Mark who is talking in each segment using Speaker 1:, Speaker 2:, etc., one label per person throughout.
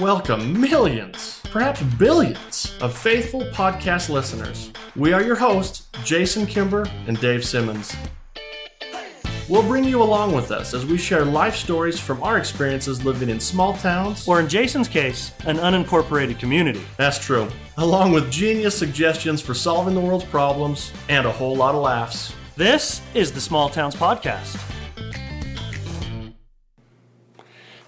Speaker 1: welcome millions, perhaps billions, of faithful podcast listeners. We are your hosts, Jason Kimber and Dave Simmons. We'll bring you along with us as we share life stories from our experiences living in small towns.
Speaker 2: or in Jason's case, an unincorporated community.
Speaker 1: That's true. Along with genius suggestions for solving the world's problems and a whole lot of laughs.
Speaker 2: This is the Small Towns Podcast.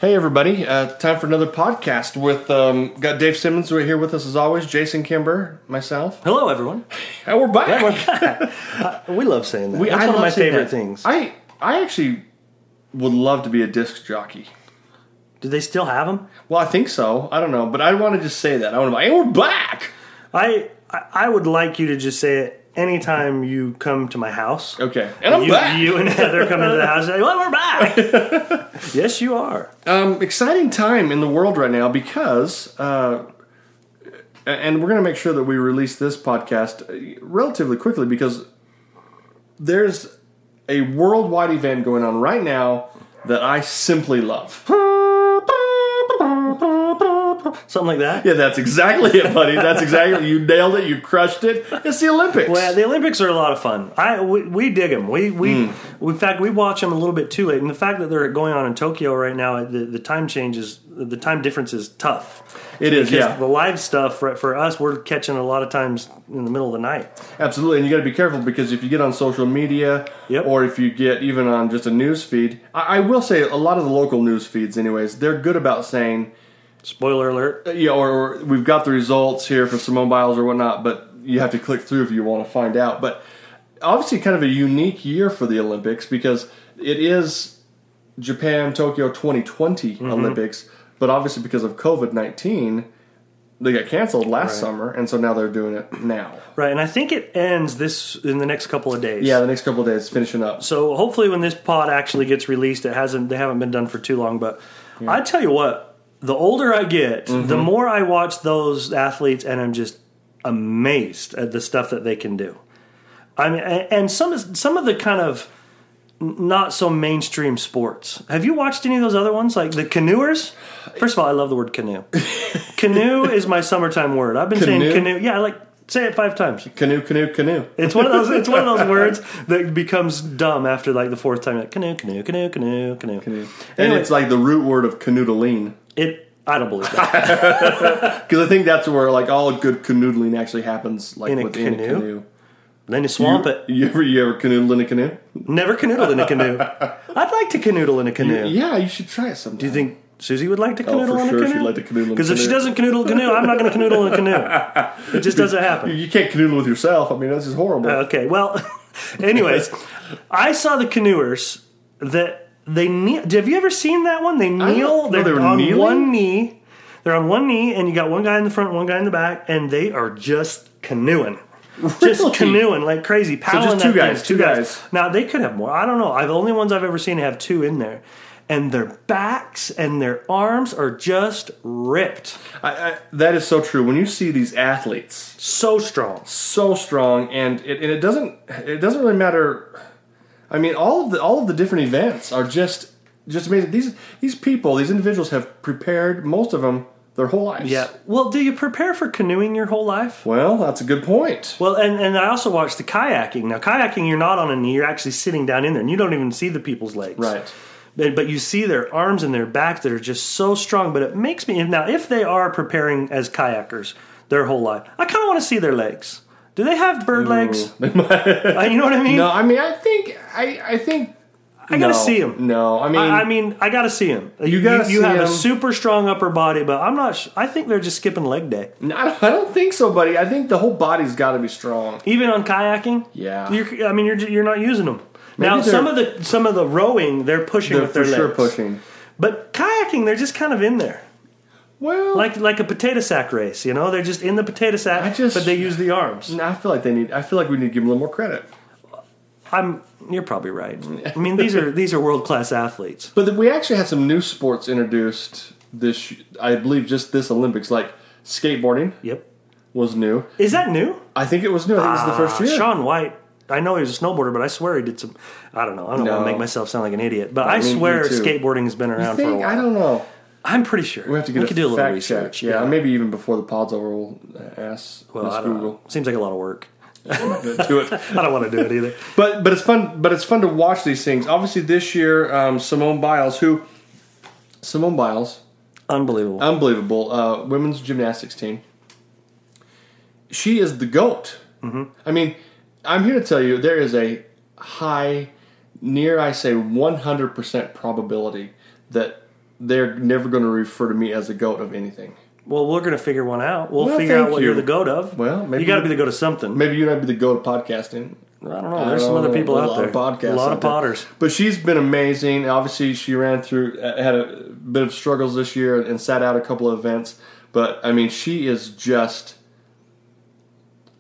Speaker 1: Hey everybody! Uh, time for another podcast with um, got Dave Simmons right here with us as always. Jason Kimber, myself,
Speaker 3: Hello, everyone. Uh,
Speaker 1: and we're back.
Speaker 3: We love saying that.
Speaker 1: We-
Speaker 3: That's
Speaker 1: I
Speaker 3: one of my
Speaker 1: love saying
Speaker 3: favorite
Speaker 1: that.
Speaker 3: things.
Speaker 1: I I actually would love to be a disc jockey.
Speaker 3: Do they still have them?
Speaker 1: Well, I think so. I don't know, but I want to just say that. I want to. And we're back.
Speaker 2: I
Speaker 3: I, I would like you to just say it anytime you come to my house.
Speaker 1: Okay, and I'm
Speaker 3: You,
Speaker 1: back.
Speaker 3: you and Heather come into the house and say, well, we're back. yes, you are.
Speaker 1: Um, exciting time in the world right now because, uh, and we're going to make sure that we release this podcast uh, relatively quickly because there's a worldwide event going on right now that I simply love.
Speaker 3: Something like that.
Speaker 1: Yeah, that's exactly it, buddy. That's exactly you nailed it. You crushed it. It's the Olympics.
Speaker 3: Well, the Olympics are a lot of fun. I we, we dig them. We we
Speaker 1: Hmm.
Speaker 3: in fact we watch them a little bit too late. And the fact that they're going on in Tokyo right now, the, the time change is the time difference is tough.
Speaker 1: it is.
Speaker 3: Because
Speaker 1: Yeah,
Speaker 3: the live stuff for, for us, we're catching a lot of times in the middle of the night.
Speaker 1: Absolutely, and you got to be careful because if you get on social media,
Speaker 3: Yep.
Speaker 1: or if you get even on just a news feed, I, I will say a lot of the local news feeds, anyways, they're good about saying,
Speaker 3: Spoiler alert.
Speaker 1: uh, yeah, or, or we've got the results here for Simone Biles or whatnot, but you have to click through if you want to find out. But obviously, kind of a unique year for the Olympics because it is Japan Tokyo 2020
Speaker 3: Mm-hmm.
Speaker 1: Olympics, but obviously because of COVID 19, they got canceled last summer, and so now they're doing it now.
Speaker 3: Right, and I think it ends this in the next couple of days.
Speaker 1: Yeah, the next couple of days finishing up.
Speaker 3: So hopefully, when this pod actually gets released, it hasn't. They haven't been done for too long. But I tell you what, the older I get, the more I watch those athletes, and I'm just amazed at the stuff that they can do. I mean, a- and some is- some of the kind of n- not so mainstream sports. Have you watched any of those other ones, like the canoers? First of all, I love the word canoe. canoe is my summertime word. I've been
Speaker 1: Canoe?
Speaker 3: saying canoe. Yeah, I like say it five times.
Speaker 1: Canoe, canoe, canoe.
Speaker 3: It's one of those. It's one of those words that becomes dumb after like the fourth time. Like canoe, canoe, canoe, canoe, canoe.
Speaker 1: And
Speaker 3: Anyway.
Speaker 1: it's like the root word of canoodling.
Speaker 3: It. I don't believe that.
Speaker 1: Because I think that's where like all good canoodling actually happens, like
Speaker 3: In a
Speaker 1: within a
Speaker 3: canoe?
Speaker 1: canoe.
Speaker 3: then you swamp
Speaker 1: You,
Speaker 3: it.
Speaker 1: you ever you ever canoodle in a canoe?
Speaker 3: Never canoodle in a canoe. I'd like to canoodle in a canoe.
Speaker 1: Yeah, you should try it sometime.
Speaker 3: Do you think Susie would like to
Speaker 1: Oh,
Speaker 3: canoodle
Speaker 1: for
Speaker 3: in a
Speaker 1: sure,
Speaker 3: canoe?
Speaker 1: she'd like to canoodle in a
Speaker 3: Because if she
Speaker 1: canoe.
Speaker 3: doesn't canoodle in a canoe, I'm not going to canoodle in a canoe. It just doesn't happen.
Speaker 1: you can't canoodle with yourself? I mean, this is horrible.
Speaker 3: Okay. Well, anyways, I saw the canoers that they kneel. Have you ever seen that one? They kneel.
Speaker 1: no, they were
Speaker 3: on
Speaker 1: kneeling?
Speaker 3: one knee. They're on one knee, and you got one guy in the front, one guy in the back, and they are just canoeing.
Speaker 1: Really?
Speaker 3: Just canoeing like crazy. Paddling
Speaker 1: just two
Speaker 3: that thing,
Speaker 1: guys, two guys.
Speaker 3: Now they could have more. I don't know. I the only ones I've ever seen have two in there, and their backs and their arms are just ripped.
Speaker 1: I, I, that is so true. When you see these athletes,
Speaker 3: So strong.
Speaker 1: so strong, and it, and it doesn't it doesn't really matter. I mean, all of the all of the different events are just just amazing. These these people, these individuals, have prepared most of them their whole lives.
Speaker 3: Yeah. Well, do you prepare for canoeing your whole life?
Speaker 1: Well, that's a good point.
Speaker 3: Well, and, and I also watched the kayaking. Now, kayaking, you're not on a knee; you're actually sitting down in there, and you don't even see the people's legs.
Speaker 1: Right.
Speaker 3: But, but you see their arms and their back that are just so strong. But it makes me now, if they are preparing as kayakers their whole life, I kind of want to see their legs. Do they have bird legs? Uh, you know what I mean?
Speaker 1: No, I mean, I think, I, I think,
Speaker 3: I gotta see 'em.
Speaker 1: No, I mean,
Speaker 3: I, I mean, I gotta see them. You
Speaker 1: gotta
Speaker 3: you,
Speaker 1: see
Speaker 3: have
Speaker 1: 'em.
Speaker 3: a super strong upper body, but I'm not. Sh- I think they're just skipping leg day.
Speaker 1: I, don't, I don't think so, buddy. I think the whole body's got to be strong.
Speaker 3: even on kayaking.
Speaker 1: Yeah.
Speaker 3: you're, I mean you're you're not using them. now
Speaker 1: they're-
Speaker 3: some of the some of the rowing they're pushing
Speaker 1: They're
Speaker 3: with their
Speaker 1: for sure
Speaker 3: legs,
Speaker 1: pushing.
Speaker 3: but kayaking they're just kind of in there,
Speaker 1: Well, like
Speaker 3: like like a potato sack race. You know, they're just in the potato sack,
Speaker 1: I just-
Speaker 3: but they use the arms.
Speaker 1: I feel like they need. I feel like we need to give them a little more credit.
Speaker 3: I'm you're probably right. I mean these are these are world class athletes.
Speaker 1: But we actually had some new sports introduced this, I believe, just this Olympics. Like skateboarding
Speaker 3: Yep,
Speaker 1: was new.
Speaker 3: is that new?
Speaker 1: I think it was new. I think it was the first
Speaker 3: Uh,
Speaker 1: year.
Speaker 3: Sean White. I know he was a snowboarder, but I swear he did some. I don't know. I don't
Speaker 1: No.
Speaker 3: want to make myself sound like an idiot, but I
Speaker 1: me- me
Speaker 3: swear
Speaker 1: too.
Speaker 3: skateboarding has been around
Speaker 1: I
Speaker 3: for a
Speaker 1: think
Speaker 3: while.
Speaker 1: I don't know.
Speaker 3: I'm pretty sure
Speaker 1: We have to get
Speaker 3: we
Speaker 1: a
Speaker 3: could do a little
Speaker 1: fact
Speaker 3: research.
Speaker 1: Check. Yeah, maybe even before the pod's over, we'll uh, ask
Speaker 3: well,
Speaker 1: Miss
Speaker 3: I don't know.
Speaker 1: Google
Speaker 3: Seems like a lot of work.
Speaker 1: to do it.
Speaker 3: I don't want to do it either.
Speaker 1: But but it's fun. But it's fun to watch these things. Obviously, this year um, Simone Biles, who Simone Biles,
Speaker 3: Unbelievable.
Speaker 1: unbelievable uh, women's gymnastics team. She is the goat. I mean, I'm here to tell you there is a high, near I say 100 percent probability that they're never going to refer to me as the goat of anything.
Speaker 3: well, we're gonna figure one out. We'll,
Speaker 1: Well,
Speaker 3: figure
Speaker 1: thank
Speaker 3: out what
Speaker 1: you.
Speaker 3: are the goat of.
Speaker 1: Well, maybe-
Speaker 3: you got to be the goat of something.
Speaker 1: Maybe you and I'd be the goat of podcasting.
Speaker 3: I don't know. There's some other people
Speaker 1: Oh, a
Speaker 3: out
Speaker 1: lot
Speaker 3: there.
Speaker 1: Of podcasts
Speaker 3: a lot of
Speaker 1: out there.
Speaker 3: potters.
Speaker 1: But she's been amazing. Obviously, she ran through, uh, had a bit of struggles this year and sat out a couple of events. But I mean, she is just.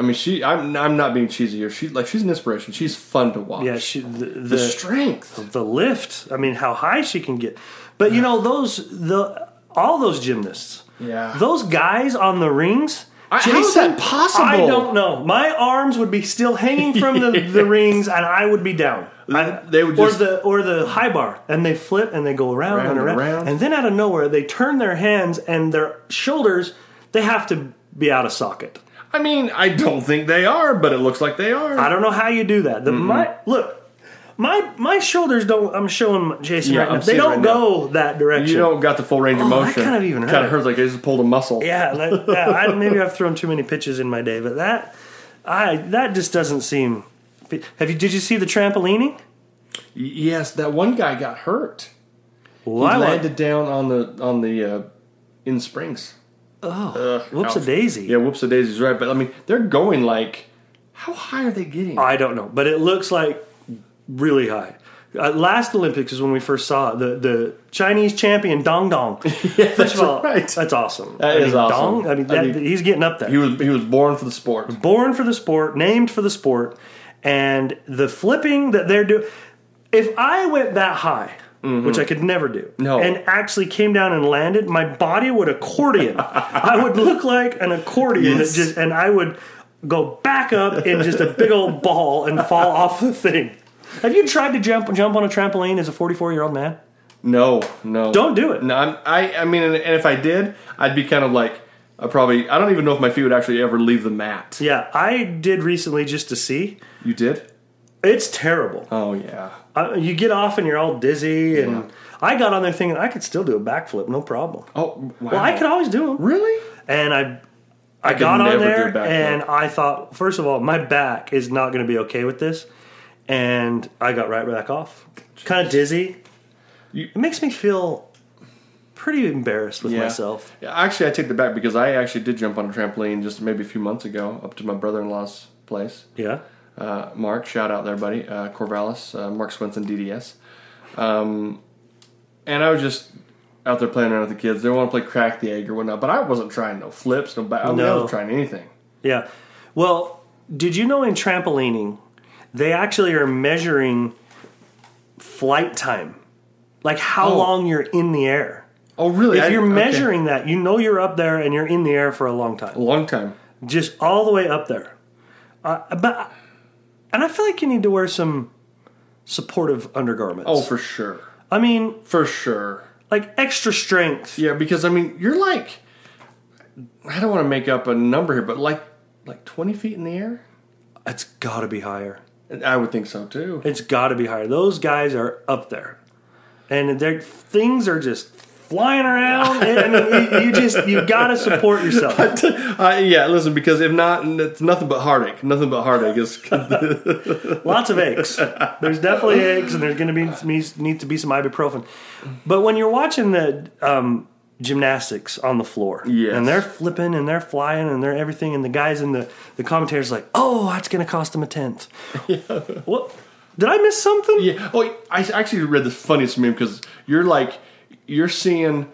Speaker 1: I mean, she. I'm. I'm not being cheesy here. She like she's an inspiration. She's fun to watch.
Speaker 3: Yeah, she, the, the,
Speaker 1: the strength.
Speaker 3: the lift. I mean, how high she can get. But you know those the all those gymnasts.
Speaker 1: Yeah.
Speaker 3: Those guys on the rings.
Speaker 1: I- how is that possible?
Speaker 3: I don't know. My arms would be still hanging from the, the rings, and I would be down. I-
Speaker 1: They would
Speaker 3: or
Speaker 1: just-
Speaker 3: the or the high bar, and they flip and they go around,
Speaker 1: Round
Speaker 3: and
Speaker 1: and
Speaker 3: around.
Speaker 1: around.
Speaker 3: and then out of nowhere they turn their hands and their shoulders. They have to be out of socket.
Speaker 1: I mean, I don't think they are, but it looks like they are.
Speaker 3: I don't know how you do that. The, my look, my my shoulders don't. I'm showing Jason
Speaker 1: Yeah,
Speaker 3: right
Speaker 1: I'm
Speaker 3: now. They
Speaker 1: seeing it
Speaker 3: don't
Speaker 1: right
Speaker 3: go that direction.
Speaker 1: you don't got the full range of
Speaker 3: Oh, that
Speaker 1: motion.
Speaker 3: kind of even
Speaker 1: kind
Speaker 3: hurt.
Speaker 1: of hurts. Like they just pulled a muscle.
Speaker 3: Yeah, that, yeah. I, maybe I've thrown too many pitches in my day, but that I that just doesn't seem. Have you? Did you see the trampolining?
Speaker 1: Y- Yes, that one guy got hurt.
Speaker 3: Well,
Speaker 1: He
Speaker 3: I like-
Speaker 1: landed down on the on the uh, in springs. Oh,
Speaker 3: whoops a daisy.
Speaker 1: Yeah, whoops a daisy's right. But I mean, they're going like, how high are they getting?
Speaker 3: I don't know, but it looks like really high. Uh, last Olympics is when we first saw it. the the Chinese champion Dong Dong. First of all,
Speaker 1: right.
Speaker 3: that's awesome.
Speaker 1: That
Speaker 3: I
Speaker 1: is
Speaker 3: mean,
Speaker 1: awesome.
Speaker 3: Dong, I mean,
Speaker 1: I
Speaker 3: that,
Speaker 1: mean,
Speaker 3: he's getting up there.
Speaker 1: he was he was born for the sport.
Speaker 3: born for the sport, named for the sport, and the flipping that they're doing. If I went that high, which I could never do,
Speaker 1: No.
Speaker 3: and actually came down and landed, my body would accordion. I would look like an accordion, that
Speaker 1: Yes.
Speaker 3: just and I would go back up in just a big old ball and fall off the thing. Have you tried to jump jump on a trampoline as a 44 year old man?
Speaker 1: No, no,
Speaker 3: Don't do it.
Speaker 1: No, I'm, I I mean, and if I did, I'd be kind of like, I probably I don't even know if my feet would actually ever leave the mat.
Speaker 3: Yeah, I did recently just to see.
Speaker 1: You did?
Speaker 3: It's terrible.
Speaker 1: Oh yeah.
Speaker 3: Uh, you get off and you're all dizzy, and I got on there thinking I could still do a backflip, no problem.
Speaker 1: Oh wow.
Speaker 3: Well, I could always do them,
Speaker 1: really.
Speaker 3: and I, I,
Speaker 1: could
Speaker 3: got on
Speaker 1: never do a
Speaker 3: there,
Speaker 1: backflip.
Speaker 3: and I thought, first of all, my back is not going to be okay with this, and I got right back off, kind of dizzy.
Speaker 1: You-
Speaker 3: it makes me feel pretty embarrassed with
Speaker 1: Yeah.
Speaker 3: myself.
Speaker 1: Yeah, actually, I take that back because I actually did jump on a trampoline just maybe a few months ago up to my brother-in-law's place.
Speaker 3: Yeah,
Speaker 1: uh, Mark. Shout out there, buddy. Uh, Corvallis, uh, Mark Swenson, DDS. Um, and I was just out there playing around with the kids. They want to play crack the egg or whatnot, but I wasn't trying no flips, no back. I, mean, I
Speaker 3: No.
Speaker 1: wasn't trying anything.
Speaker 3: yeah. Well, did you know in trampolining, they actually are measuring flight time, like how
Speaker 1: Oh.
Speaker 3: long you're in the air.
Speaker 1: Oh, really? I-
Speaker 3: If you're
Speaker 1: okay.
Speaker 3: measuring that, you know you're up there and you're in the air for a long
Speaker 1: a
Speaker 3: time,
Speaker 1: long time,
Speaker 3: just all the way up there. Uh, but and I feel like you need to wear some supportive undergarments.
Speaker 1: oh, for sure,
Speaker 3: I mean,
Speaker 1: for sure.
Speaker 3: like extra strength.
Speaker 1: Yeah, because I mean, you're like, I don't want to make up a number here, but like, like twenty feet in the air.
Speaker 3: It's got to be higher.
Speaker 1: I would think so too.
Speaker 3: It's got to be higher. Those guys are up there, and their things are just flying around. I mean, you, you just you got to support yourself.
Speaker 1: Uh, yeah, listen, because if not, it's nothing but heartache. Nothing but heartache is
Speaker 3: Lots of aches. There's definitely aches, and there's going to be needs- need to be some ibuprofen. But when you're watching the um, gymnastics on the floor,
Speaker 1: Yes.
Speaker 3: and they're flipping and they're flying and they're everything, and the guys in the the commentators like, "Oh, that's going to cost them a tenth. What? Did I miss something?
Speaker 1: Yeah. Oh, I actually read the funniest meme because you're like, you're seeing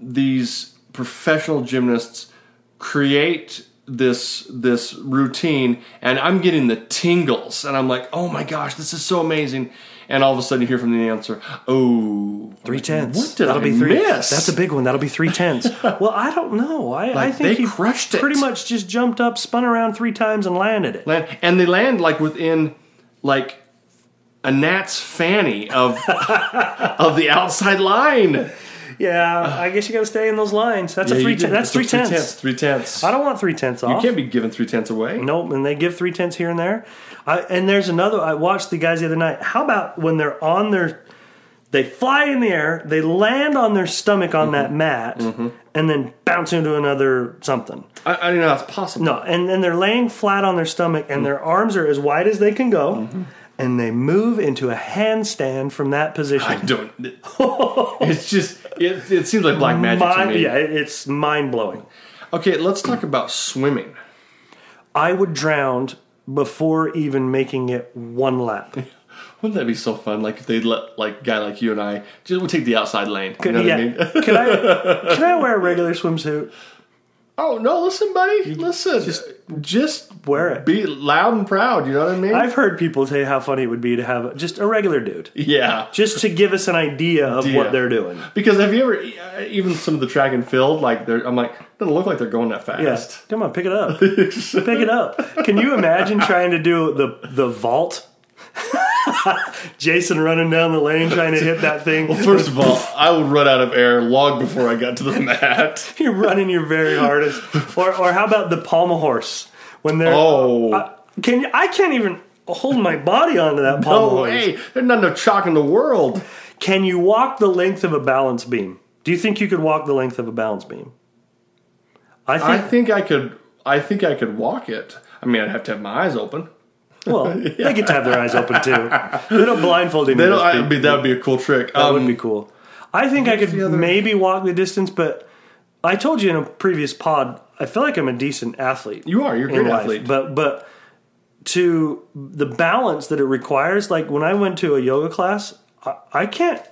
Speaker 1: these professional gymnasts create this this routine, and I'm getting the tingles, and I'm like, oh my gosh, this is so amazing. And all of a sudden, you hear from the answer, oh,
Speaker 3: Three tenths.
Speaker 1: What did
Speaker 3: That'll
Speaker 1: I
Speaker 3: be three.
Speaker 1: miss?
Speaker 3: That's a big one. That'll be three tenths. well, I don't know. I, I
Speaker 1: Like,
Speaker 3: think
Speaker 1: they
Speaker 3: he
Speaker 1: crushed it.
Speaker 3: Pretty much just jumped up, spun around three times, and landed it.
Speaker 1: land, and they land like within like a gnat's fanny of of the outside line.
Speaker 3: yeah, I guess you got to stay in those lines. That's
Speaker 1: uh, Yeah,
Speaker 3: a
Speaker 1: you
Speaker 3: three.
Speaker 1: did.
Speaker 3: Ten, that's
Speaker 1: a
Speaker 3: three tenths.
Speaker 1: Three tenths.
Speaker 3: I don't want three tenths off.
Speaker 1: You can't be giving three tenths away.
Speaker 3: Nope, and they give three tenths here and there. I, and there's another. I watched the guys the other night. How about when they're on their, they fly in the air, they land on their stomach
Speaker 1: Mm-hmm.
Speaker 3: on that mat, and then bounce into another something.
Speaker 1: I, I don't know. It's possible.
Speaker 3: No, and then they're laying flat on their stomach, and their arms are as wide as they can go, and they move into a handstand from that
Speaker 1: I
Speaker 3: position.
Speaker 1: don't. it's just. It, it seems like black magic to
Speaker 3: Mind,
Speaker 1: me.
Speaker 3: yeah, it- it's mind blowing.
Speaker 1: Okay, let's talk about swimming.
Speaker 3: I would drown before even making it one lap.
Speaker 1: Wouldn't that be so fun? Like if they let like guy like you and I just would take the outside lane. You know what
Speaker 3: yeah.
Speaker 1: I mean?
Speaker 3: can I can I wear a regular swimsuit?
Speaker 1: oh no! Listen, buddy. Listen. Just just
Speaker 3: Wear it.
Speaker 1: Be loud and proud. You know what I mean?
Speaker 3: I've heard people say how funny it would be to have just a regular dude,
Speaker 1: yeah.
Speaker 3: just to give us an idea of
Speaker 1: Yeah.
Speaker 3: what they're doing.
Speaker 1: Because have you ever e, uh, even some of the track and field like they're, I'm like doesn't look like they're going that
Speaker 3: Yeah.
Speaker 1: fast.
Speaker 3: Come on, pick it up. pick it up. Can you imagine trying to do the the vault? Jason running down the lane trying to hit that thing.
Speaker 1: First of all, I would run out of air long before I got to the mat.
Speaker 3: You're running your very hardest. Or or how about the pommel horse? When they're
Speaker 1: Oh.
Speaker 3: I, can you- I can't even hold my body onto that pommel
Speaker 1: Oh,
Speaker 3: horse.
Speaker 1: hey, there's not enough chalk in the world.
Speaker 3: Can you walk the length of a balance beam? Do you think you could walk the length of a balance beam? I
Speaker 1: I
Speaker 3: think.
Speaker 1: think I could. I think I could walk it. I mean, I'd have to have my eyes open.
Speaker 3: well, they get to have their eyes open too. They don't blindfold any
Speaker 1: They
Speaker 3: of
Speaker 1: don't,
Speaker 3: those
Speaker 1: I,
Speaker 3: people.
Speaker 1: I mean, that would be a cool trick.
Speaker 3: That
Speaker 1: um,
Speaker 3: would be cool. I think I could
Speaker 1: the other-
Speaker 3: maybe walk the distance, but I told you in a previous pod, I feel like I'm a decent athlete.
Speaker 1: You are. You're a
Speaker 3: in
Speaker 1: great
Speaker 3: life,
Speaker 1: athlete.
Speaker 3: But but to the balance that it requires, like when I went to a yoga class, I, I can't.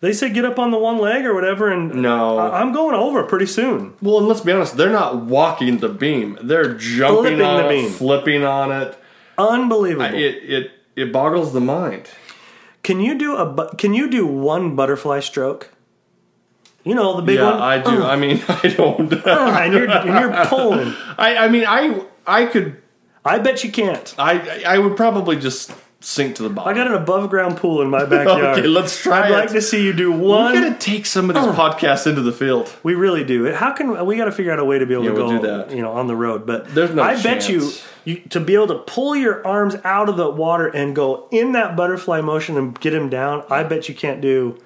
Speaker 3: They say get up on the one leg or whatever, and
Speaker 1: No.
Speaker 3: I, am going over pretty soon.
Speaker 1: Uh, well, and let's be honest. They're not walking the beam. They're jumping
Speaker 3: Flipping
Speaker 1: on
Speaker 3: the
Speaker 1: it,
Speaker 3: beam.
Speaker 1: flipping on it.
Speaker 3: Unbelievable.
Speaker 1: It it it boggles the mind.
Speaker 3: can you do a bu- Can you do one butterfly stroke? You know the big
Speaker 1: yeah,
Speaker 3: one.
Speaker 1: I do. I mean, I don't.
Speaker 3: and you're and you're pulling.
Speaker 1: I I mean, I I could.
Speaker 3: I bet you can't.
Speaker 1: I I would probably just sink to the
Speaker 3: I
Speaker 1: bottom.
Speaker 3: got an above ground pool in my backyard.
Speaker 1: Okay, let's try
Speaker 3: I'd
Speaker 1: it.
Speaker 3: like to see you do
Speaker 1: we
Speaker 3: one.
Speaker 1: gotta take some of these podcasts into the field.
Speaker 3: We really do. How can we got to figure out a way to be able to
Speaker 1: we'll
Speaker 3: go,
Speaker 1: do that.
Speaker 3: you know, on the road? But
Speaker 1: There's no
Speaker 3: I bet you,
Speaker 1: chance.
Speaker 3: you to be able to pull your arms out of the water and go in that butterfly motion and get him down. I bet you can't do.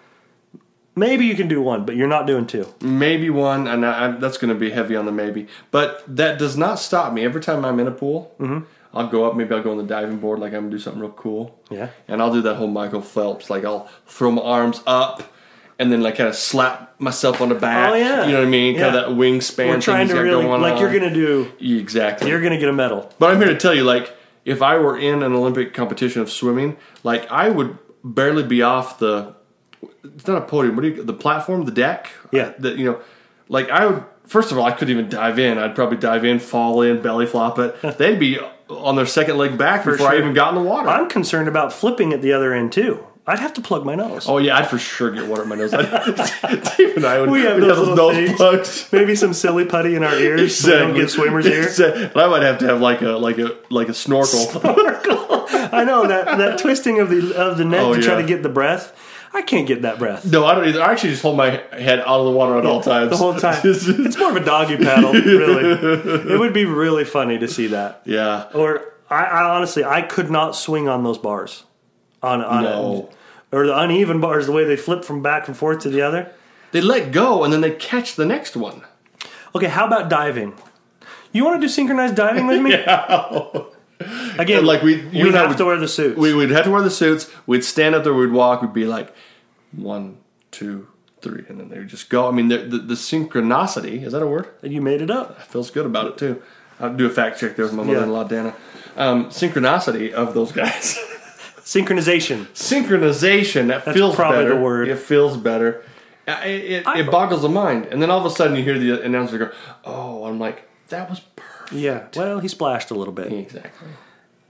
Speaker 3: Maybe you can do one, but you're not doing two.
Speaker 1: Maybe one, and I, I, that's going to be heavy on the maybe. But that does not stop me. Every time I'm in a pool,
Speaker 3: Mm-hmm.
Speaker 1: I'll go up. Maybe I'll go on the diving board, like I'm gonna do something real cool.
Speaker 3: Yeah.
Speaker 1: And I'll do that whole Michael Phelps, like I'll throw my arms up, and then like kind of slap myself on the back.
Speaker 3: Oh, yeah.
Speaker 1: You know what I mean? Kind
Speaker 3: Yeah.
Speaker 1: of that wingspan.
Speaker 3: We're
Speaker 1: thing
Speaker 3: trying
Speaker 1: he's
Speaker 3: to
Speaker 1: got
Speaker 3: really
Speaker 1: going
Speaker 3: like
Speaker 1: on.
Speaker 3: you're gonna do.
Speaker 1: exactly.
Speaker 3: You're gonna get a medal.
Speaker 1: But I'm here to tell you, like, if I were in an Olympic competition of swimming, like I would barely be off the. It's not a podium. What do you? The platform, the deck.
Speaker 3: Yeah.
Speaker 1: That you know, like I would. First of all, I couldn't even dive in. I'd probably dive in, fall in, belly flop it. They'd be on their second leg back before I
Speaker 3: sure.
Speaker 1: even got in the water.
Speaker 3: I'm concerned about flipping at the other end too. I'd have to plug my nose.
Speaker 1: oh yeah, I'd for sure get water in my nose. Dave and I would.
Speaker 3: We have
Speaker 1: we'd
Speaker 3: those little things.
Speaker 1: plugs.
Speaker 3: Maybe some silly putty in our ears so we don't get swimmers here.
Speaker 1: Exactly. And I might have to have like a like a like a snorkel.
Speaker 3: I know that that twisting of the of the neck
Speaker 1: Oh,
Speaker 3: to try
Speaker 1: yeah.
Speaker 3: to get the breath. I can't get that breath
Speaker 1: No, I don't either. I actually just hold my head out of the water at all times.
Speaker 3: the whole time. it's more of a doggy paddle, really. It would be really funny to see that.
Speaker 1: yeah.
Speaker 3: Or I, I honestly, I could not swing on those bars, on on
Speaker 1: No.
Speaker 3: or the uneven bars, the way they flip from back and forth to the other.
Speaker 1: They let go and then they catch the next one.
Speaker 3: Okay, how about diving? You want to do synchronized diving with me? Again,
Speaker 1: Like we, you
Speaker 3: we
Speaker 1: and I
Speaker 3: have
Speaker 1: would,
Speaker 3: to wear the suits.
Speaker 1: we would have to wear the suits. We'd stand up there. We'd walk. We'd be like one, two, three, and then they would just go. I mean, the, the, the synchronicity is that a word?
Speaker 3: you made it up.
Speaker 1: I feels good about it too. I'll do a fact check there with my mother-in-law Dana. Um, synchronicity of those guys.
Speaker 3: Synchronization.
Speaker 1: synchronization. That feels
Speaker 3: probably
Speaker 1: better.
Speaker 3: the word.
Speaker 1: It feels better. I- It, it, it boggles the mind, and then all of a sudden you hear the announcer go, "Oh!" I'm like, "That was perfect."
Speaker 3: Yeah. Well, he splashed a little bit.
Speaker 1: Exactly.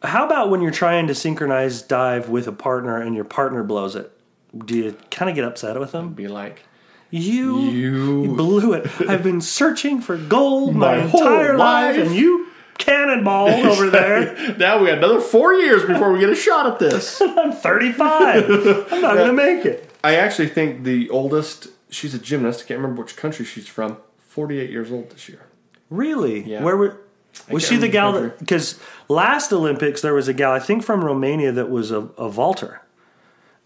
Speaker 3: How about when you're trying to synchronize dive with a partner and your partner blows it? Do you kind of get upset with them?
Speaker 1: Be like,
Speaker 3: You,
Speaker 1: You-
Speaker 3: blew it. I've been searching for gold my,
Speaker 1: My whole
Speaker 3: entire life,
Speaker 1: life.
Speaker 3: and you cannonballed over there.
Speaker 1: now we got another four years before we get a shot at this.
Speaker 3: I'm 35. I'm not gonna make it.
Speaker 1: I actually think the oldest she's a gymnast. I can't remember which country she's from. Forty-eight years old this year.
Speaker 3: Really?
Speaker 1: Yeah.
Speaker 3: Where were?
Speaker 1: can't
Speaker 3: Was she
Speaker 1: remember
Speaker 3: the gal
Speaker 1: the
Speaker 3: that?
Speaker 1: country.
Speaker 3: Because last Olympics there was a gal I think from Romania that was a, a vaulter,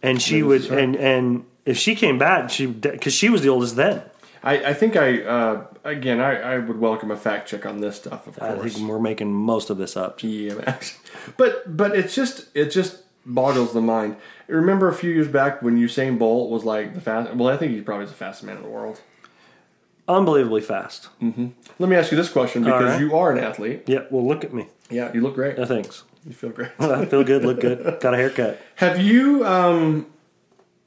Speaker 3: and
Speaker 1: Maybe
Speaker 3: she
Speaker 1: this
Speaker 3: would
Speaker 1: is her.
Speaker 3: and and if she came back she because she was the oldest then.
Speaker 1: I, I think I uh, again I, I would welcome a fact check on this stuff. Of
Speaker 3: I
Speaker 1: course.
Speaker 3: think we're making most of this up.
Speaker 1: Yeah, man. but but it's just it just boggles the mind. Remember a few years back when Usain Bolt was like the fast. Well, I think he's probably the fastest man in the world.
Speaker 3: Unbelievably fast.
Speaker 1: Let me ask you this question because
Speaker 3: All right.
Speaker 1: you are an athlete.
Speaker 3: Yeah. Well, look at me.
Speaker 1: Yeah, you look great.
Speaker 3: No thanks.
Speaker 1: You feel great.
Speaker 3: I feel good. Look good. Got a haircut.
Speaker 1: have you um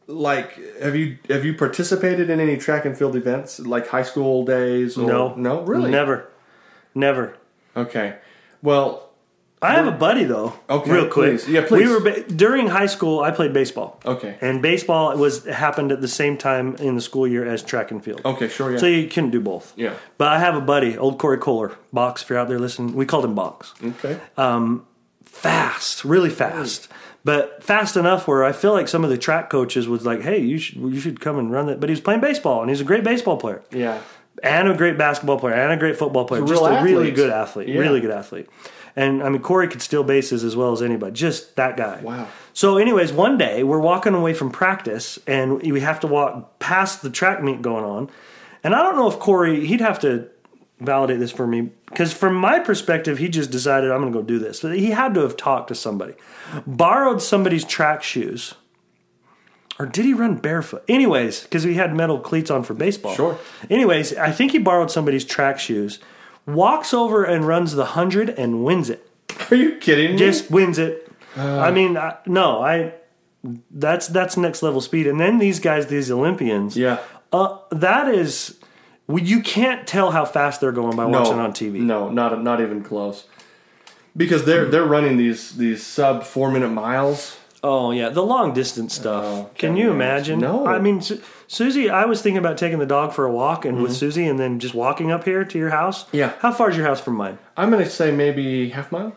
Speaker 1: like have you have you participated in any track and field events like high school days? Or,
Speaker 3: No.
Speaker 1: no, really,
Speaker 3: Never. Never.
Speaker 1: Okay, well.
Speaker 3: I have a buddy though.
Speaker 1: Okay,
Speaker 3: real quick.
Speaker 1: please. Yeah, please.
Speaker 3: We were ba- during high school. I played baseball.
Speaker 1: Okay.
Speaker 3: and baseball was happened at the same time in the school year as track and field.
Speaker 1: Okay, sure, yeah.
Speaker 3: So you couldn't do both.
Speaker 1: Yeah.
Speaker 3: But I have a buddy, old Corey Kohler, Box. If you're out there listening, we called him Box.
Speaker 1: okay.
Speaker 3: Uh, Fast, really fast, but fast enough where I feel like some of the track coaches was like, "Hey, you should you should come and run that." But he was playing baseball, and he's a great baseball player
Speaker 1: yeah.
Speaker 3: and a great basketball player and a great football player.
Speaker 1: He's a
Speaker 3: just
Speaker 1: real
Speaker 3: a really
Speaker 1: athlete.
Speaker 3: good athlete.
Speaker 1: Yeah.
Speaker 3: Really good athlete. And I mean, Corey could steal bases as well as anybody. Just that guy.
Speaker 1: Wow.
Speaker 3: So, anyways, one day we're walking away from practice and we have to walk past the track meet going on. And I don't know if Corey, he'd have to validate this for me because from my perspective, he just decided, I'm going to go do this. So he had to have talked to somebody, borrowed somebody's track shoes. Or did he run barefoot? Anyways, because he had metal cleats on for baseball.
Speaker 1: Sure.
Speaker 3: Anyways, I think he borrowed somebody's track shoes, walks over and runs the 100 and wins it.
Speaker 1: Are you kidding me?
Speaker 3: Just wins it.
Speaker 1: Uh.
Speaker 3: I mean, I, no, I. That's that's next level speed. And then these guys, these Olympians,
Speaker 1: yeah.
Speaker 3: uh, that is, well, you can't tell how fast they're going by watching on TV.
Speaker 1: No, not not even close. Because they're they're running these these sub four minute miles.
Speaker 3: Oh yeah, the long distance stuff.
Speaker 1: Oh,
Speaker 3: Can
Speaker 1: can't
Speaker 3: you imagine?
Speaker 1: imagine. No.
Speaker 3: I mean, Su- Susie, I was thinking about taking the dog for a walk and with Susie, and then just walking up here to your house.
Speaker 1: Mm-hmm. Yeah.
Speaker 3: How far is your house from mine?
Speaker 1: I'm gonna say maybe half mile.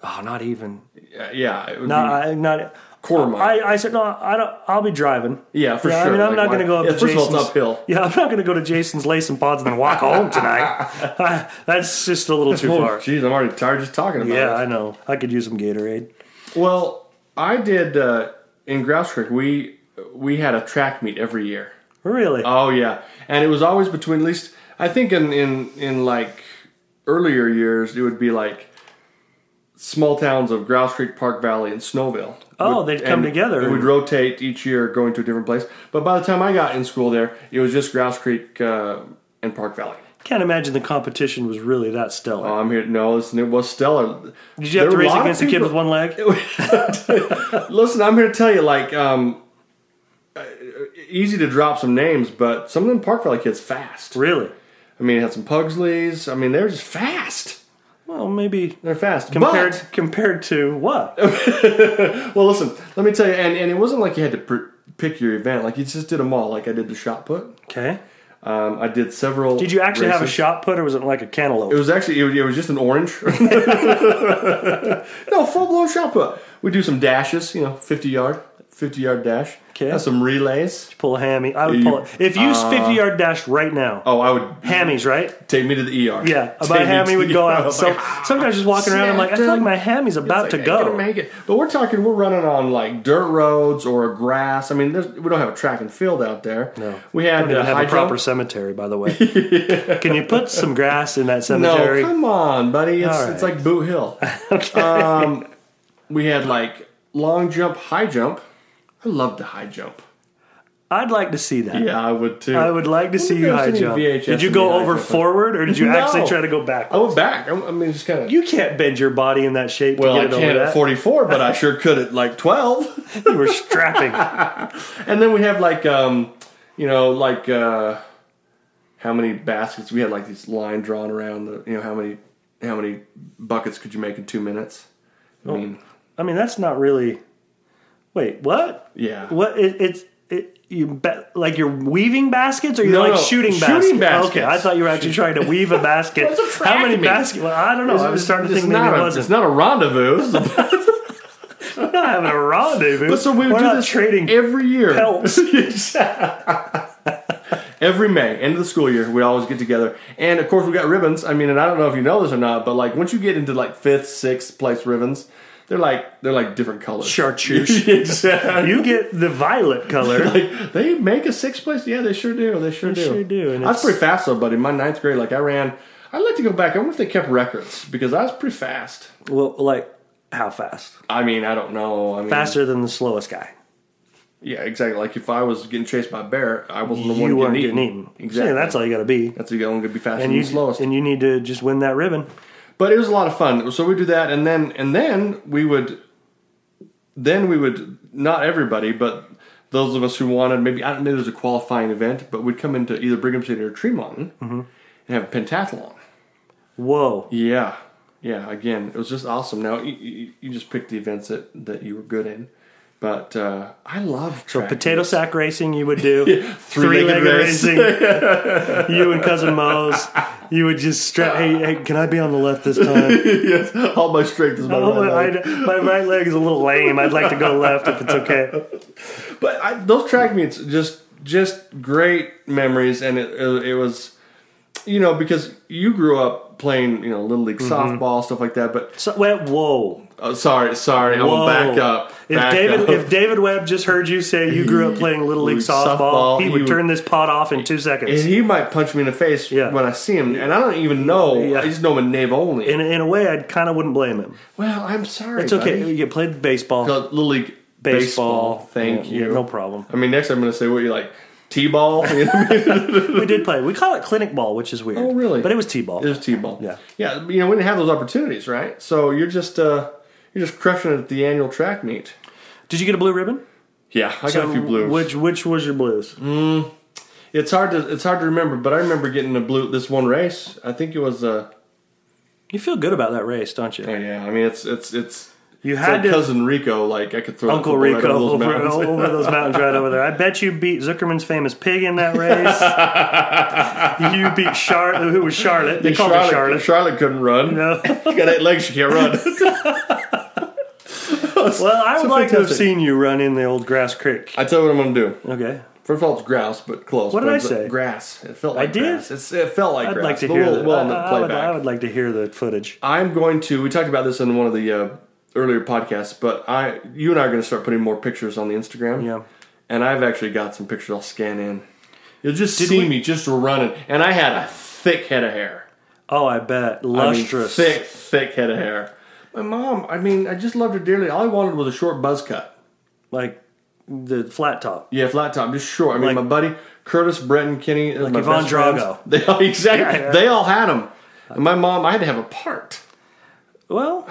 Speaker 3: Oh, not even.
Speaker 1: Yeah, yeah it would
Speaker 3: No,
Speaker 1: be
Speaker 3: Uh, I, not.
Speaker 1: quarter mile.
Speaker 3: I, I said no. I don't. I'll be driving.
Speaker 1: yeah, for
Speaker 3: Yeah,
Speaker 1: sure.
Speaker 3: I mean, I'm
Speaker 1: Like,
Speaker 3: not going to
Speaker 1: why-
Speaker 3: go up
Speaker 1: yeah,
Speaker 3: to
Speaker 1: first of all,
Speaker 3: Jason's.
Speaker 1: it's uphill.
Speaker 3: Yeah, I'm not going to go to Jason's Lace and Pods and then walk home tonight. That's just a little too
Speaker 1: Oh,
Speaker 3: far.
Speaker 1: Jeez, I'm already tired just talking about
Speaker 3: Yeah,
Speaker 1: it.
Speaker 3: I know. I could use some Gatorade.
Speaker 1: Well, I did uh, in Grouse Creek. We we had a track meet every year.
Speaker 3: Really?
Speaker 1: Oh yeah, and it was always between at least I think in in in like earlier years it would be like small towns of Grouse Creek, Park Valley, and Snowville.
Speaker 3: Oh,
Speaker 1: Would-
Speaker 3: they'd
Speaker 1: and
Speaker 3: come together.
Speaker 1: It would rotate each year, going to a different place. But by the time I got in school there, it was just Grouse Creek uh, and Park Valley.
Speaker 3: Can't imagine the competition was really that stellar.
Speaker 1: I'm here. No, listen, it was stellar.
Speaker 3: Did you have to race against a kid with one leg?
Speaker 1: Listen, I'm here to tell you, like, um, uh, easy to drop some names, but some of them Park Valley kids fast.
Speaker 3: Really?
Speaker 1: I mean, it had some Pugsleys. I mean, they're just fast.
Speaker 3: Well, maybe
Speaker 1: They're fast.
Speaker 3: compared
Speaker 1: But,
Speaker 3: compared to what?
Speaker 1: well, listen, let me tell you, and, and it wasn't like you had to pr- pick your event. Like, you just did them all. Like, I did the shot put.
Speaker 3: Okay.
Speaker 1: Um, I did several.
Speaker 3: Did you actually have a
Speaker 1: races.
Speaker 3: shot put, or was it like a cantaloupe?
Speaker 1: It was actually, it was, it was just an orange. no, full blown shot put. We do some dashes, you know, 50 yard, 50 yard dash.
Speaker 3: Okay.
Speaker 1: Have some relays.
Speaker 3: pull a hammy. I would
Speaker 1: You- uh,
Speaker 3: pull it. If you fifty yard dash right now,
Speaker 1: Oh, I would
Speaker 3: hammies, right?
Speaker 1: take me to the ER.
Speaker 3: Yeah,
Speaker 1: Take
Speaker 3: about
Speaker 1: me
Speaker 3: hammy
Speaker 1: to
Speaker 3: would
Speaker 1: the
Speaker 3: go
Speaker 1: ER.
Speaker 3: out.
Speaker 1: It's
Speaker 3: So
Speaker 1: like,
Speaker 3: sometimes just walking around, I'm like, I feel like my hammy's about to
Speaker 1: like, I gotta
Speaker 3: go.
Speaker 1: make it. But we're talking, we're running on like dirt roads or a grass. I mean, there's, we don't have a track and field out there. No, we had
Speaker 3: They
Speaker 1: uh,
Speaker 3: don't have
Speaker 1: high
Speaker 3: a proper
Speaker 1: jump.
Speaker 3: cemetery, by the way. Can you put some grass in that
Speaker 1: No,
Speaker 3: cemetery?
Speaker 1: come on, buddy. It's,
Speaker 3: All
Speaker 1: it's like Boot Hill. um, we had like long jump, high jump. I love the high jump.
Speaker 3: I'd like to see that.
Speaker 1: Yeah, I would too.
Speaker 3: I would like to see
Speaker 1: wonder
Speaker 3: you
Speaker 1: if
Speaker 3: high
Speaker 1: there's any
Speaker 3: jump.
Speaker 1: VHS
Speaker 3: Did you
Speaker 1: of
Speaker 3: go
Speaker 1: me high
Speaker 3: over
Speaker 1: jumping.
Speaker 3: forward, or did you
Speaker 1: No.
Speaker 3: actually try to go back?
Speaker 1: I went back. I I mean, just kind of.
Speaker 3: You can't bend your body in that shape.
Speaker 1: well,
Speaker 3: to
Speaker 1: I
Speaker 3: get it
Speaker 1: can't
Speaker 3: over
Speaker 1: at
Speaker 3: that.
Speaker 1: 44, but I sure could at like 12.
Speaker 3: You were strapping.
Speaker 1: And then we have like um you know like uh how many baskets we had like this line drawn around the you know how many how many buckets could you make in 2 minutes? I mean,
Speaker 3: I mean, that's not really. Wait, what?
Speaker 1: yeah.
Speaker 3: What? It, it's it. You bet, like you're weaving baskets, or you're
Speaker 1: No,
Speaker 3: like
Speaker 1: no,
Speaker 3: shooting baskets.
Speaker 1: shooting baskets.
Speaker 3: Okay, I thought you were actually trying to weave a basket.
Speaker 1: What's a track
Speaker 3: How many
Speaker 1: meet?
Speaker 3: baskets? Well, I don't know. I was starting to
Speaker 1: It's
Speaker 3: think maybe
Speaker 1: not
Speaker 3: it
Speaker 1: a,
Speaker 3: wasn't.
Speaker 1: It's not a rendezvous. This is a-
Speaker 3: We're not having a rendezvous.
Speaker 1: but so we would
Speaker 3: We're
Speaker 1: do
Speaker 3: not
Speaker 1: this
Speaker 3: trading
Speaker 1: every year.
Speaker 3: pelts.
Speaker 1: Every May, end of the school year, we always get together. And of course, we got ribbons. I mean, and I don't know if you know this or not, but like once you get into like fifth, sixth place ribbons, they're like they're like different colors.
Speaker 3: Chartreuse.
Speaker 1: exactly.
Speaker 3: you get the violet color.
Speaker 1: Like they make a sixth place. Yeah, they sure do. They sure do.
Speaker 3: sure do, and
Speaker 1: I was
Speaker 3: it's-
Speaker 1: pretty fast though, buddy. My ninth grade, like I ran. I'd like to go back. I wonder if they kept records because I was pretty fast.
Speaker 3: well, like how fast?
Speaker 1: I mean, I don't know. I mean,
Speaker 3: Faster than the slowest guy.
Speaker 1: Yeah, exactly. Like if I was getting chased by a bear, I wasn't the
Speaker 3: You
Speaker 1: one
Speaker 3: weren't
Speaker 1: getting
Speaker 3: getting
Speaker 1: eaten.
Speaker 3: eaten.
Speaker 1: Exactly.
Speaker 3: Yeah, that's all you got to be.
Speaker 1: That's the only going to be faster
Speaker 3: And
Speaker 1: than
Speaker 3: you
Speaker 1: the slowest.
Speaker 3: and you need to just win that ribbon.
Speaker 1: but it was a lot of fun. So we do that, and then and then we would, then we would not everybody, but those of us who wanted maybe I don't know, there's a qualifying event, but we'd come into either Brigham City or Tremont and have a pentathlon.
Speaker 3: Whoa.
Speaker 1: Yeah, yeah. Again, it was just awesome. Now you, you, you just picked the events that that you were good in, but uh, I love track.
Speaker 3: Potato sack racing, you would do.
Speaker 1: Three-legged
Speaker 3: Three-legged
Speaker 1: race.
Speaker 3: racing. you and cousin Mo's. You would just strap. Hey, hey, can I be on the left this time?
Speaker 1: yes, all my strength is my
Speaker 3: Oh,
Speaker 1: right
Speaker 3: my,
Speaker 1: leg.
Speaker 3: my right leg is a little lame. I'd like to go left if it's okay.
Speaker 1: But I, those track meets just just great memories, and it, it it was, you know, because you grew up playing you know little league
Speaker 3: Mm-hmm.
Speaker 1: softball stuff like that. But
Speaker 3: So, well, whoa.
Speaker 1: oh, sorry, sorry, I'm
Speaker 3: Whoa.
Speaker 1: gonna back up.
Speaker 3: If
Speaker 1: back
Speaker 3: David
Speaker 1: up.
Speaker 3: if David Webb just heard you say you grew up playing little league
Speaker 1: League
Speaker 3: softball,
Speaker 1: softball,
Speaker 3: he would
Speaker 1: you-
Speaker 3: turn this pot off in two
Speaker 1: and
Speaker 3: seconds.
Speaker 1: he might punch me in the face
Speaker 3: Yeah.
Speaker 1: when I see him, and I don't even know.
Speaker 3: Yeah.
Speaker 1: I just know him in name only.
Speaker 3: In, in a way, I kind of wouldn't blame him.
Speaker 1: well, I'm sorry.
Speaker 3: It's okay.
Speaker 1: buddy.
Speaker 3: You played baseball,
Speaker 1: Uh, Little league
Speaker 3: baseball.
Speaker 1: baseball. Thank
Speaker 3: Yeah,
Speaker 1: you.
Speaker 3: yeah, no problem.
Speaker 1: I mean, next I'm gonna say what you like, t-ball. You know what I mean?
Speaker 3: we did play. We call it clinic ball, which is weird.
Speaker 1: Oh, really?
Speaker 3: But it was t-ball.
Speaker 1: It was T-ball.
Speaker 3: Yeah.
Speaker 1: yeah. You know, we didn't have those opportunities, right? So you're just uh, you're just crushing it at the annual track meet.
Speaker 3: Did you get a blue ribbon? Um,
Speaker 1: Yeah, I got a few blues. Mm.
Speaker 3: Which which was your blues?
Speaker 1: it's hard to it's hard to remember, but I remember getting a blue this one race. I think it was uh
Speaker 3: You feel good about that race, don't you?
Speaker 1: oh yeah. I mean, it's it's it's
Speaker 3: You
Speaker 1: it's like
Speaker 3: had to
Speaker 1: cousin Rico. Like I could throw that
Speaker 3: Uncle
Speaker 1: football
Speaker 3: Rico
Speaker 1: right over those
Speaker 3: over,
Speaker 1: mountains.
Speaker 3: over, those mountains right over there. I bet you beat Zuckerman's famous pig in that race. you beat Charlotte, who was Charlotte. They called her
Speaker 1: Charlotte, Charlotte
Speaker 3: Charlotte.
Speaker 1: couldn't run.
Speaker 3: No.
Speaker 1: She got eight legs. She can't run.
Speaker 3: Well, I would
Speaker 1: So
Speaker 3: like to have
Speaker 1: fantastic.
Speaker 3: seen you run in the old grass creek.
Speaker 1: I tell you what I'm going to do.
Speaker 3: Okay.
Speaker 1: First of all, it's grouse, but close.
Speaker 3: What
Speaker 1: But
Speaker 3: did
Speaker 1: it's uh,
Speaker 3: I say?
Speaker 1: Grass. It felt like
Speaker 3: did?
Speaker 1: grass. It's, it felt like
Speaker 3: I'd
Speaker 1: grass.
Speaker 3: like to
Speaker 1: but
Speaker 3: hear
Speaker 1: we'll,
Speaker 3: the,
Speaker 1: we'll
Speaker 3: I,
Speaker 1: end up
Speaker 3: I would,
Speaker 1: playback.
Speaker 3: I would like to hear the footage.
Speaker 1: I'm going to. We talked about this in one of the uh, earlier podcasts, but I, you and I are going to start putting more pictures on the Instagram.
Speaker 3: Yeah.
Speaker 1: And I've actually got some pictures. I'll scan in. You'll just see me just running, and I had a thick head of hair.
Speaker 3: Oh, I bet.
Speaker 1: I mean,
Speaker 3: Lustrous.
Speaker 1: thick, thick head of hair. My mom. I mean, I just loved her dearly. All I wanted was a short buzz cut.
Speaker 3: Like the flat top.
Speaker 1: Yeah, flat top, just short. I mean,
Speaker 3: Like-
Speaker 1: my buddy Curtis, Breton, Kenny, like my
Speaker 3: Ivan
Speaker 1: best
Speaker 3: Drago.
Speaker 1: friends, They all, exactly.
Speaker 3: Yeah, yeah.
Speaker 1: They all had them. And my mom, I had to have a part.
Speaker 3: Well,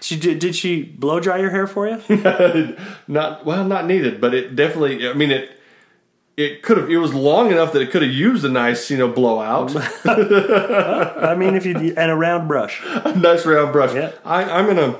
Speaker 3: she did. Did she blow dry your hair for you?
Speaker 1: not well not needed but it definitely i mean it it could have it was long enough that it could have used a nice you know blowout
Speaker 3: I mean, if you and a round brush.
Speaker 1: a nice round brush
Speaker 3: Yeah.
Speaker 1: I, i'm gonna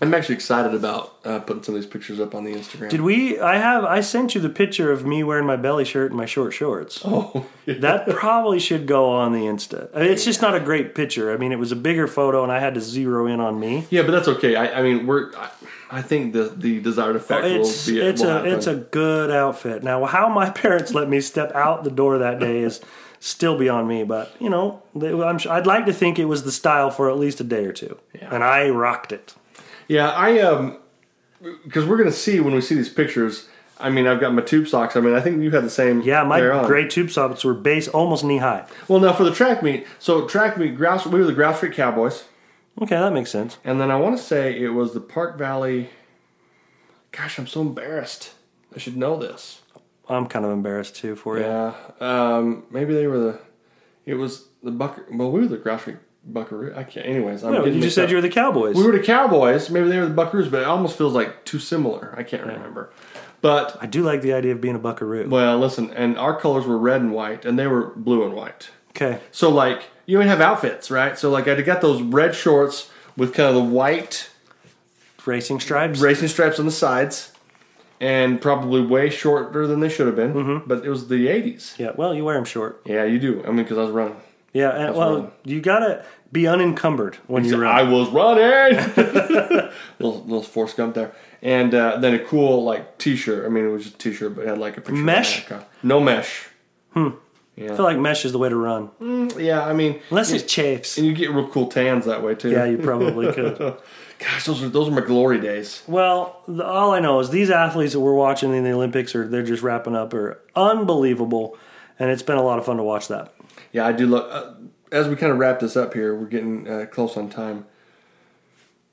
Speaker 1: i'm actually excited about uh, putting some of these pictures up on the instagram
Speaker 3: Did we? I have. I sent you the picture of me wearing my belly shirt and my short shorts.
Speaker 1: oh yeah.
Speaker 3: That probably should go on the Insta. I mean, It's just not a great picture. I mean, it was a bigger photo, and I had to zero in on me.
Speaker 1: Yeah, but that's okay i, I mean we're I, I think the the desired effect
Speaker 3: Oh, It's
Speaker 1: will be
Speaker 3: it's
Speaker 1: will
Speaker 3: a
Speaker 1: happen.
Speaker 3: it's a good outfit. Now, how my parents let me step out the door that day is still beyond me. But you know, they, I'm, su- I'd like to think it was the style for at least a day or two, and I rocked it.
Speaker 1: Yeah, I um, because we're gonna see when we see these pictures. I mean, I've got my tube socks. I mean, I think you had the same.
Speaker 3: Yeah,
Speaker 1: pair on.
Speaker 3: my gray tube socks were base almost knee high.
Speaker 1: Well, now for the track meet. So track meet, grouse. We were the Grouse Street Cowboys.
Speaker 3: Okay, that makes sense.
Speaker 1: And then I want to say it was the Park Valley. Gosh, I'm so embarrassed. I should know this.
Speaker 3: I'm kind of embarrassed too for you.
Speaker 1: Yeah. Um, maybe they were the. It was the Buck. Well, we were the Grocery Buckaroo. I can't. Anyways, I'm
Speaker 3: No,
Speaker 1: getting
Speaker 3: you just
Speaker 1: mixed
Speaker 3: said
Speaker 1: up.
Speaker 3: you were the Cowboys.
Speaker 1: We were the Cowboys. Maybe they were the Buckaroos, but it almost feels like too similar. I can't remember. But
Speaker 3: I do like the idea of being a Buckaroo.
Speaker 1: well, listen. And our colors were red and white, and they were blue and white.
Speaker 3: Okay,
Speaker 1: So like you would have outfits, right? So like I got those red shorts with kind of the white
Speaker 3: racing stripes.
Speaker 1: racing stripes on the sides and probably way shorter than they should have been but it was the 80s
Speaker 3: yeah, well, you wear them short.
Speaker 1: Mm-hmm. yeah you do i mean because i was running
Speaker 3: Yeah, and, well,
Speaker 1: right.
Speaker 3: you gotta be unencumbered when you
Speaker 1: i
Speaker 3: run.
Speaker 1: was running little, little force gump there and uh, then a cool like t-shirt i mean it was just a t-shirt but it had like a picture of
Speaker 3: Mesh?
Speaker 1: America. no mesh
Speaker 3: I feel like mesh is the way to run,
Speaker 1: Yeah, I mean,
Speaker 3: unless it chafes.
Speaker 1: and you get real cool tans that way too.
Speaker 3: Yeah, you probably could.
Speaker 1: Gosh, those are those are my glory days.
Speaker 3: Well, the, all I know is these athletes that we're watching in the Olympics or they're just wrapping up are unbelievable, and it's been a lot of fun to watch that.
Speaker 1: Yeah, I do love. Uh, as we kind of wrap this up here, we're getting uh, close on time.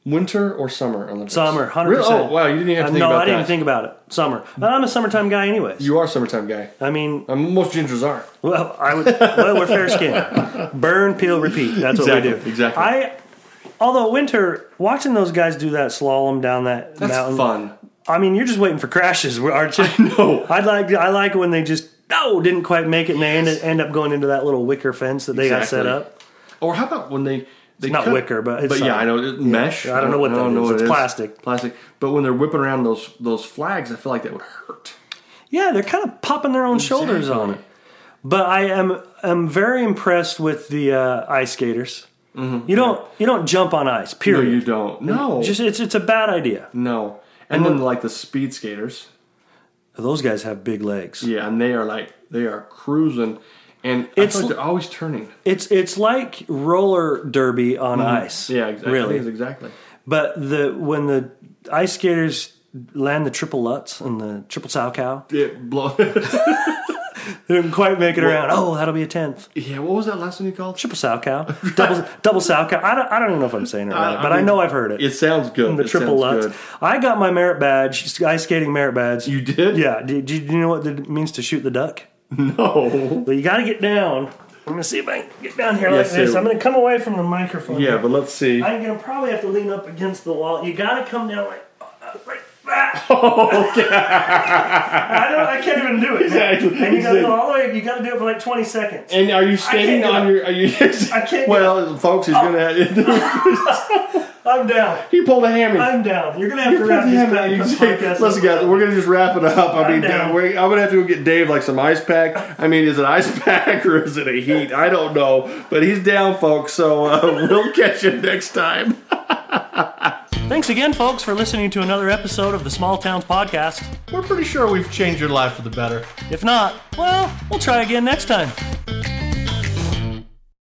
Speaker 1: Winter or summer Olympics?
Speaker 3: Summer, hundred
Speaker 1: Really?
Speaker 3: percent. Uh,
Speaker 1: Oh, wow, you didn't even have to think
Speaker 3: no,
Speaker 1: about
Speaker 3: I didn't
Speaker 1: that.
Speaker 3: think about it. Summer. But I'm a summertime guy, anyways.
Speaker 1: you are a summertime guy.
Speaker 3: I mean,
Speaker 1: Um, most gingers aren't.
Speaker 3: Well, I would. Well, we're fair skinned. Burn, peel, repeat. That's
Speaker 1: Exactly,
Speaker 3: what we do.
Speaker 1: exactly.
Speaker 3: I, although winter, watching those guys do that slalom down that
Speaker 1: That's
Speaker 3: mountain.
Speaker 1: fun.
Speaker 3: I mean, you're just waiting for crashes, aren't you?
Speaker 1: know.
Speaker 3: I like. I like when they just no didn't quite make it, and they end, end up going into that little wicker fence that they got set
Speaker 1: Exactly.
Speaker 3: up.
Speaker 1: Or how about when they they
Speaker 3: not
Speaker 1: cut-
Speaker 3: wicker, but it's
Speaker 1: but yeah,
Speaker 3: something.
Speaker 1: I know it- mesh.
Speaker 3: I don't know what
Speaker 1: I
Speaker 3: that
Speaker 1: don't know
Speaker 3: is.
Speaker 1: what
Speaker 3: It's
Speaker 1: it
Speaker 3: plastic.
Speaker 1: Plastic. But when they're whipping around those those flags, I feel like that would hurt.
Speaker 3: Yeah, they're kind of popping their own shoulders on it. But I am am very impressed with the uh, ice skaters. You don't you don't jump on ice.
Speaker 1: Mm-hmm. No,
Speaker 3: Period.
Speaker 1: you don't. No,
Speaker 3: Just it's it's a bad idea.
Speaker 1: no. And, then like the speed skaters.
Speaker 3: Those guys have big legs.
Speaker 1: Yeah, and they are like they are cruising, and
Speaker 3: It's
Speaker 1: I feel
Speaker 3: l-
Speaker 1: like they're always turning.
Speaker 3: It's it's like roller derby on ice.
Speaker 1: Mm-hmm. Yeah, exactly. Yes,
Speaker 3: Really.
Speaker 1: exactly.
Speaker 3: But the when the ice skaters land the triple lutz and the triple sow cow,
Speaker 1: It blow.
Speaker 3: they didn't quite make it around. Oh, that'll be a tenth.
Speaker 1: yeah, what was that last one you called?
Speaker 3: Triple sow cow, double double sow cow. I don't, I don't even know if I'm saying it right,
Speaker 1: I
Speaker 3: but I
Speaker 1: mean,
Speaker 3: know I've heard it.
Speaker 1: It sounds good.
Speaker 3: the
Speaker 1: It
Speaker 3: triple
Speaker 1: sounds
Speaker 3: lutz.
Speaker 1: good.
Speaker 3: I got my merit badge, ice skating merit badge.
Speaker 1: You did?
Speaker 3: yeah. Do, do you know what it means to shoot the duck?
Speaker 1: No.
Speaker 3: Well, you got to get down. I'm gonna see if I can get down here
Speaker 1: Yes,
Speaker 3: like this.
Speaker 1: sir.
Speaker 3: I'm gonna come away from the microphone.
Speaker 1: Yeah, but let's see.
Speaker 3: I'm gonna probably have to lean up against the wall. You gotta come down like uh, like that. I don't. I can't even do it.
Speaker 1: Exactly.
Speaker 3: And you gotta go all the way. You gotta do it for like 20 seconds.
Speaker 1: And are you standing
Speaker 3: get
Speaker 1: on
Speaker 3: up.
Speaker 1: your? Are you?
Speaker 3: I can't get
Speaker 1: well, folks, he's gonna.
Speaker 3: I'm down.
Speaker 1: he pulled a hammy.
Speaker 3: I'm down. You're gonna have to wrap
Speaker 1: Yeah,
Speaker 3: this
Speaker 1: man,
Speaker 3: back
Speaker 1: you
Speaker 3: up
Speaker 1: see-
Speaker 3: podcast.
Speaker 1: Listen, guys, we're gonna just wrap it up. I mean,
Speaker 3: down.
Speaker 1: we- I'm gonna have to go get Dave like some ice pack. I mean, is it ice pack or is it a heat? I don't know, but he's down, folks. So uh, we'll catch you next time.
Speaker 2: Thanks again, folks, for listening to another episode of the Small Towns Podcast.
Speaker 1: We're pretty sure we've changed your life for the better.
Speaker 2: If not, well, we'll try again next time.